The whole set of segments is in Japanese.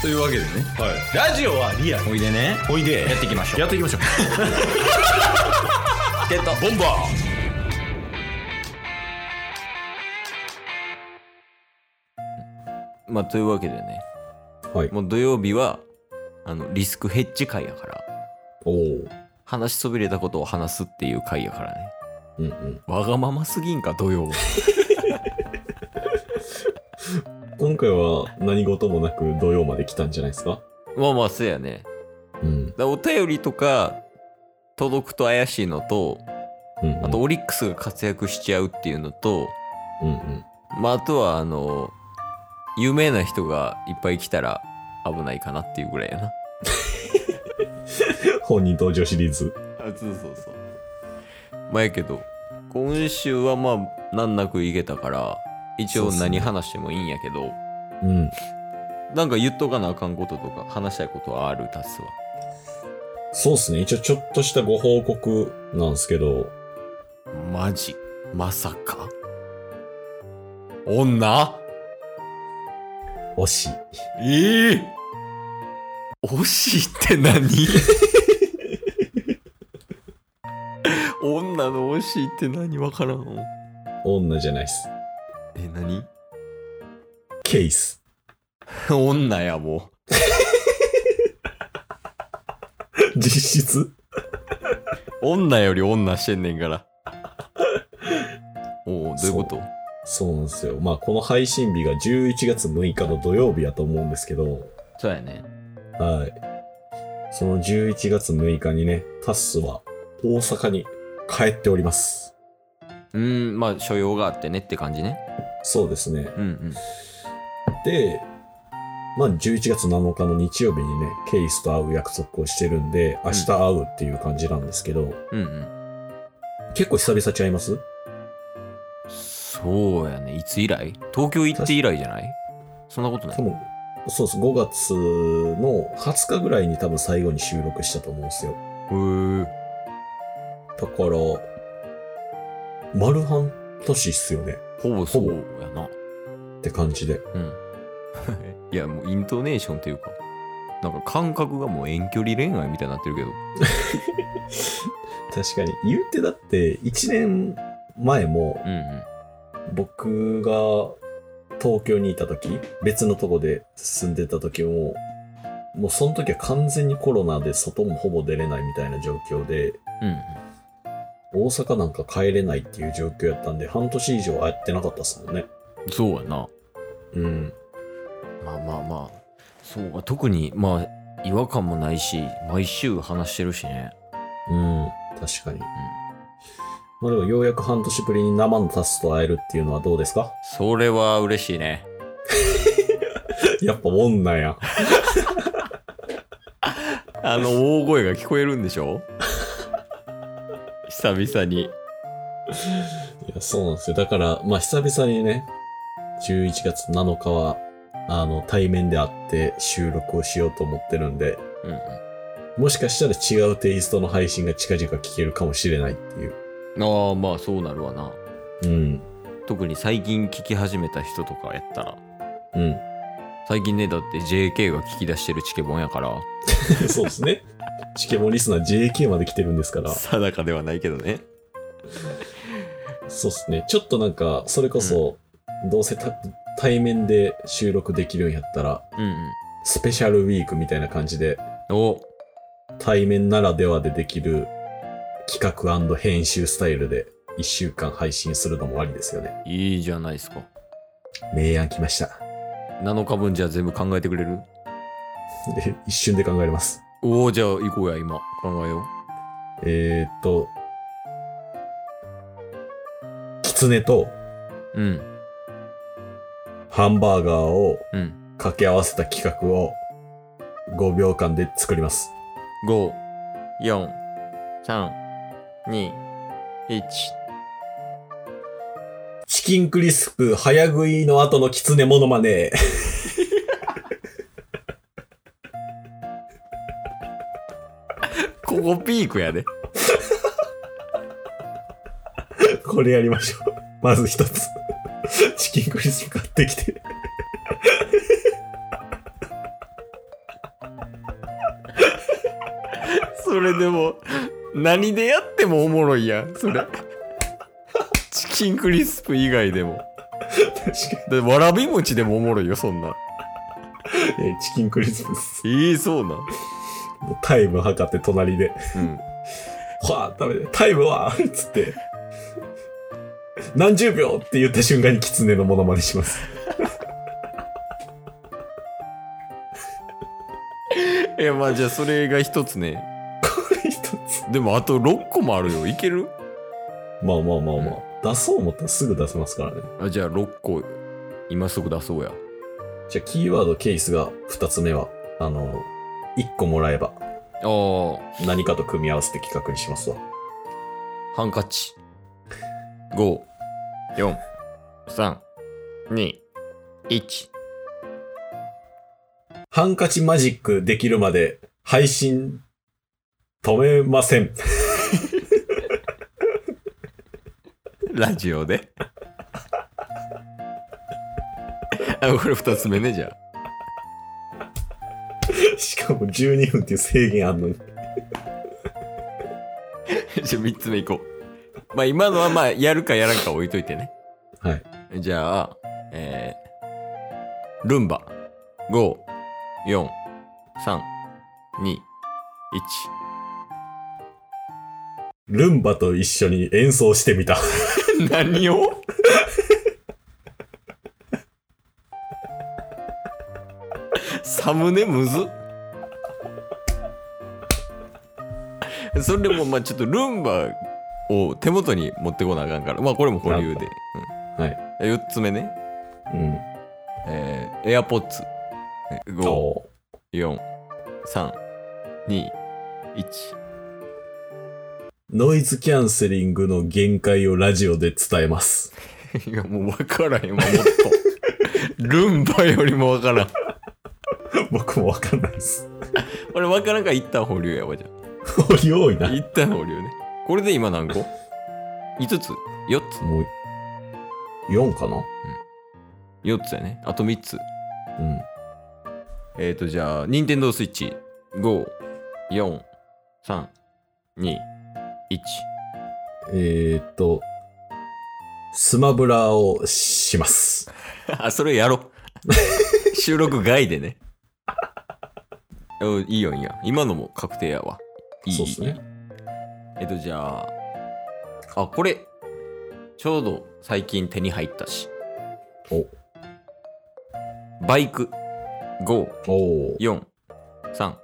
というわけでねはい。ラジオはリアル。おいでねおいで。やっていきましょうやっていきましょう。ってたボンバまあというわけでね、はいもう土曜日はあのリスクヘッジ会やからおお話しそびれたことを話すっていう会やからねうんうんわがまますぎんか土曜今回は何事もなく土曜まで来たんじゃないですか まあまあそうやねうんだお便りとか届くと怪しいのとうんあとオリックスが活躍しちゃうっていうのと、うんうんまああとはあの有名な人がいっぱい来たら危ないかなっていうぐらいやな本人登場シリーズあそうそうそうまあやけど今週はまあ難なくいけたから一そう応っす何ね話してもいいんやけど、うんなんか言っとかなあかんこととか話したいことはあるタスはそうっすね一応ちょっとしたご報告なんですけどマジまさか女惜しいええ惜しいって何女の惜しいって何わからん女じゃないっすえ何ケース 女やもう実質女より女してんねん から。おお、どういうことそうなんですよまあこの配信日が11月6日の土曜日やと思うんですけどそうやね。はい。その11月6日にね、タッスは大阪に帰っております。うーん、まあ、所用があってねって感じね。そうですね。うんうん。で、まあ11月7日の日曜日にね、ケイスと会う約束をしてるんで、明日会うっていう感じなんですけど、うんうん。結構久々ちゃいますそうやね。いつ以来東京行って以来じゃないそんなことない多。分、そうです。5月の20日ぐらいに多分最後に収録したと思うんですよ。へーだから、丸半年っすよね。ほぼそうやな。って感じで。うん。 いや、もうイントネーションというか、なんか感覚がもう遠距離恋愛みたいになってるけど。確かに言うてだって1年前もうんうん。僕が東京にいた時別のとこで住んでた時ももうその時は完全にコロナで外もほぼ出れないみたいな状況でうんうん、大阪なんか帰れないっていう状況やったんで半年以上会ってなかったっすもんねそうやな。うんまあまあまあ。そうか。特に、まあ、違和感もないし、毎週話してるしね。うん確かに、まあでもようやく半年ぶりに生のタスと会えるっていうのはどうですか それは嬉しい ね。やっぱ女やあの大声が聞こえるんでし ょ久々に。いや、そうなんですよ。だから、まあ、久々にね、11月7日は、あの、対面で会って収録をしようと思ってるんで、うんもしかしたら違うテイストの配信が近々聞けるかもしれないっていう。うん。ああ、まあそうなるわな。うん。特に最近聞き始めた人とかやったら。うん。 最近ね、だって JK が聞き出してるチケボンやから。そうですね。チケモンリスナー JK まで来てるんですか ら、定かではないけどね。そうですね。ちょっとなんか、それこそ、どうせた対面で収録できるんやったら、うんスペシャルウィークみたいな感じで、うん。お対面ならではでできる企画編集スタイルで1週間配信するのもありですよね。いいじゃないですか。明暗来ました。 7日分じゃあ全部考えてくれるで一瞬で考えれます。おお、じゃあ行こうや、今。考えよえー、っと、キツネとう。うん。ハンバーガーをうん。掛け合わせた企画を5秒間で作ります。 5、4、3、2、1。チキンクリスプ早食いの後のキツネモノマネ。 ここピークやで。これやりましょう。 まず一つ。チキンクリスプ買ってきて。それでも何でやってもおもろいやんそれチキンクリスプ以外でも確だってわらび餅でもおもろいよそんなかに。えチキンクリスマス。ええそうなんもうタイム測って隣で。うんはあ、食べて、タイムはつって。何十秒って言った瞬間にキツネのモノマネします。いやまあじゃあそれが一つねこれ一つ。でもあと6個もあるよいけるまあまあまあまあ。出そう思ったらすぐ出せますからね。あじゃあ6個今すぐ出そうやじゃあ、キーワードケースが2つ目は、あの、1個もらえばあー何かと組み合わせて企画にしますわ。ハンカチ54321ハンカチマジックできるまで配信止めません。 ラジオで あこれ2つ目ねじゃあしかも12分っていう制限あんのに。 じゃあ3つ目いこうまあ今のはまあやるかやらんか置いといてねはい。じゃあ、えー、ルンバ、5、4、3、2、1。ルンバと一緒に演奏してみた。 何をサムネむずそれでもまあちょっとルンバを手元に持ってこなあかんからまあこれも保留で、うんはい4つ目ね、うん。えー、エアポッツ5お4 3 2 1ノイズキャンセリングの限界をラジオで伝えます。 いやもう分からへんわもっ とルンバよりも分からん 僕もわかんないです。俺分からんから一旦保留やわじゃおり 多い なあ。一旦保留ねこれで今何個 ?5 つ4つもう、4かな4つやねあと3つうん。えっ、ー、とじゃあ任天堂スイッチ54321えー、っと、スマブラをします。 あそれやろ 収録外でね うんいいよいいよ今のも確定やわいいそうっすねえっとじゃああこれちょうど最近手に入ったしおバイク5おー4 3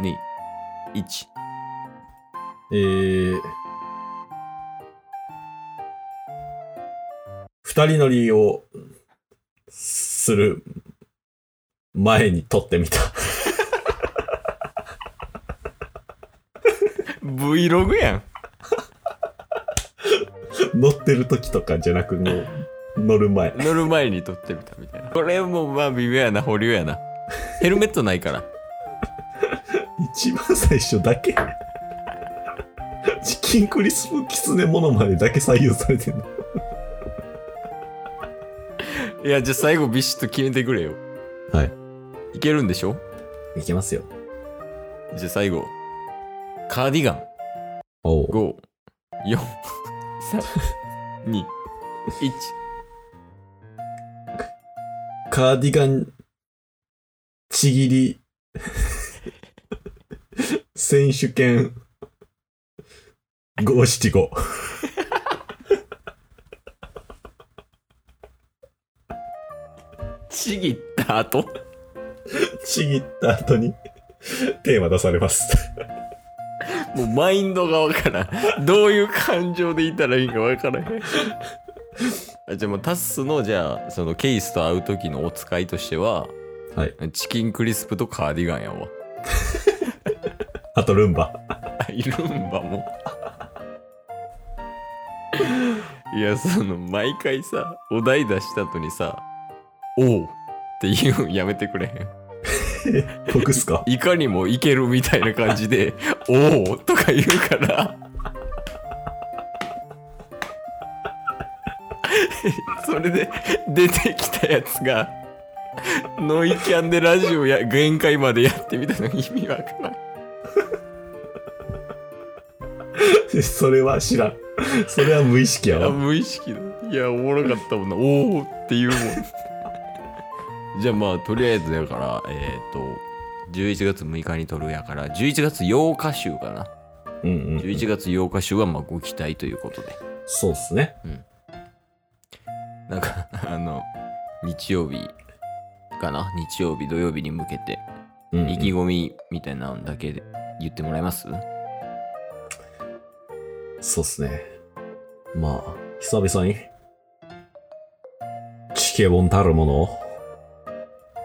2 1えー、二人乗りをする前に撮ってみた。 Vlog やん乗ってる時とかじゃなく、もう乗る前。乗る前に撮ってみたみたいなこれもまあ微妙やな保留やなヘルメットないから一番最初だけ。チキンクリスプキツネモノマネだけ採用されてるの。いやじゃあ最後ビシッと決めてくれよはい。いけるんでしょいけますよ。じゃあ最後カーディガンおう5 4 3 2 1カーディガン、ちぎり、選手権、五七五。ちぎった後ちぎった後に、テーマ出されます。もうマインドがわからんどういう感情でいたらいいんかわからへんあじゃあもうタッスのじゃあそのケイスと会う時のお使いとしてははい。チキンクリスプとカーディガンやわあと、ルンバ。いるんばもういやその毎回さお題出した後にさ「おう」って言うんやめてくれへ僕っすかんいかにもいけるみたいな感じ で「おう」とか言うから それで出てきたやつがノイキャンでラジオや限界までやってみたの意味わからんそれは知らん。それは無意識やいやわ。無意識だいやおもろかったもんなおおっていうもん じゃあまあとりあえずだからえっ、と11月6日に撮るやから11月8日週かなうんうんうん。 11月8日週はまあご期待ということでそうっすね。なんか あの日曜日かな日曜日土曜日に向けてうんうん意気込みみたいなのだけで言ってもらえます、そうっすね。まあ、久々に、チケボンたるものを、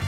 す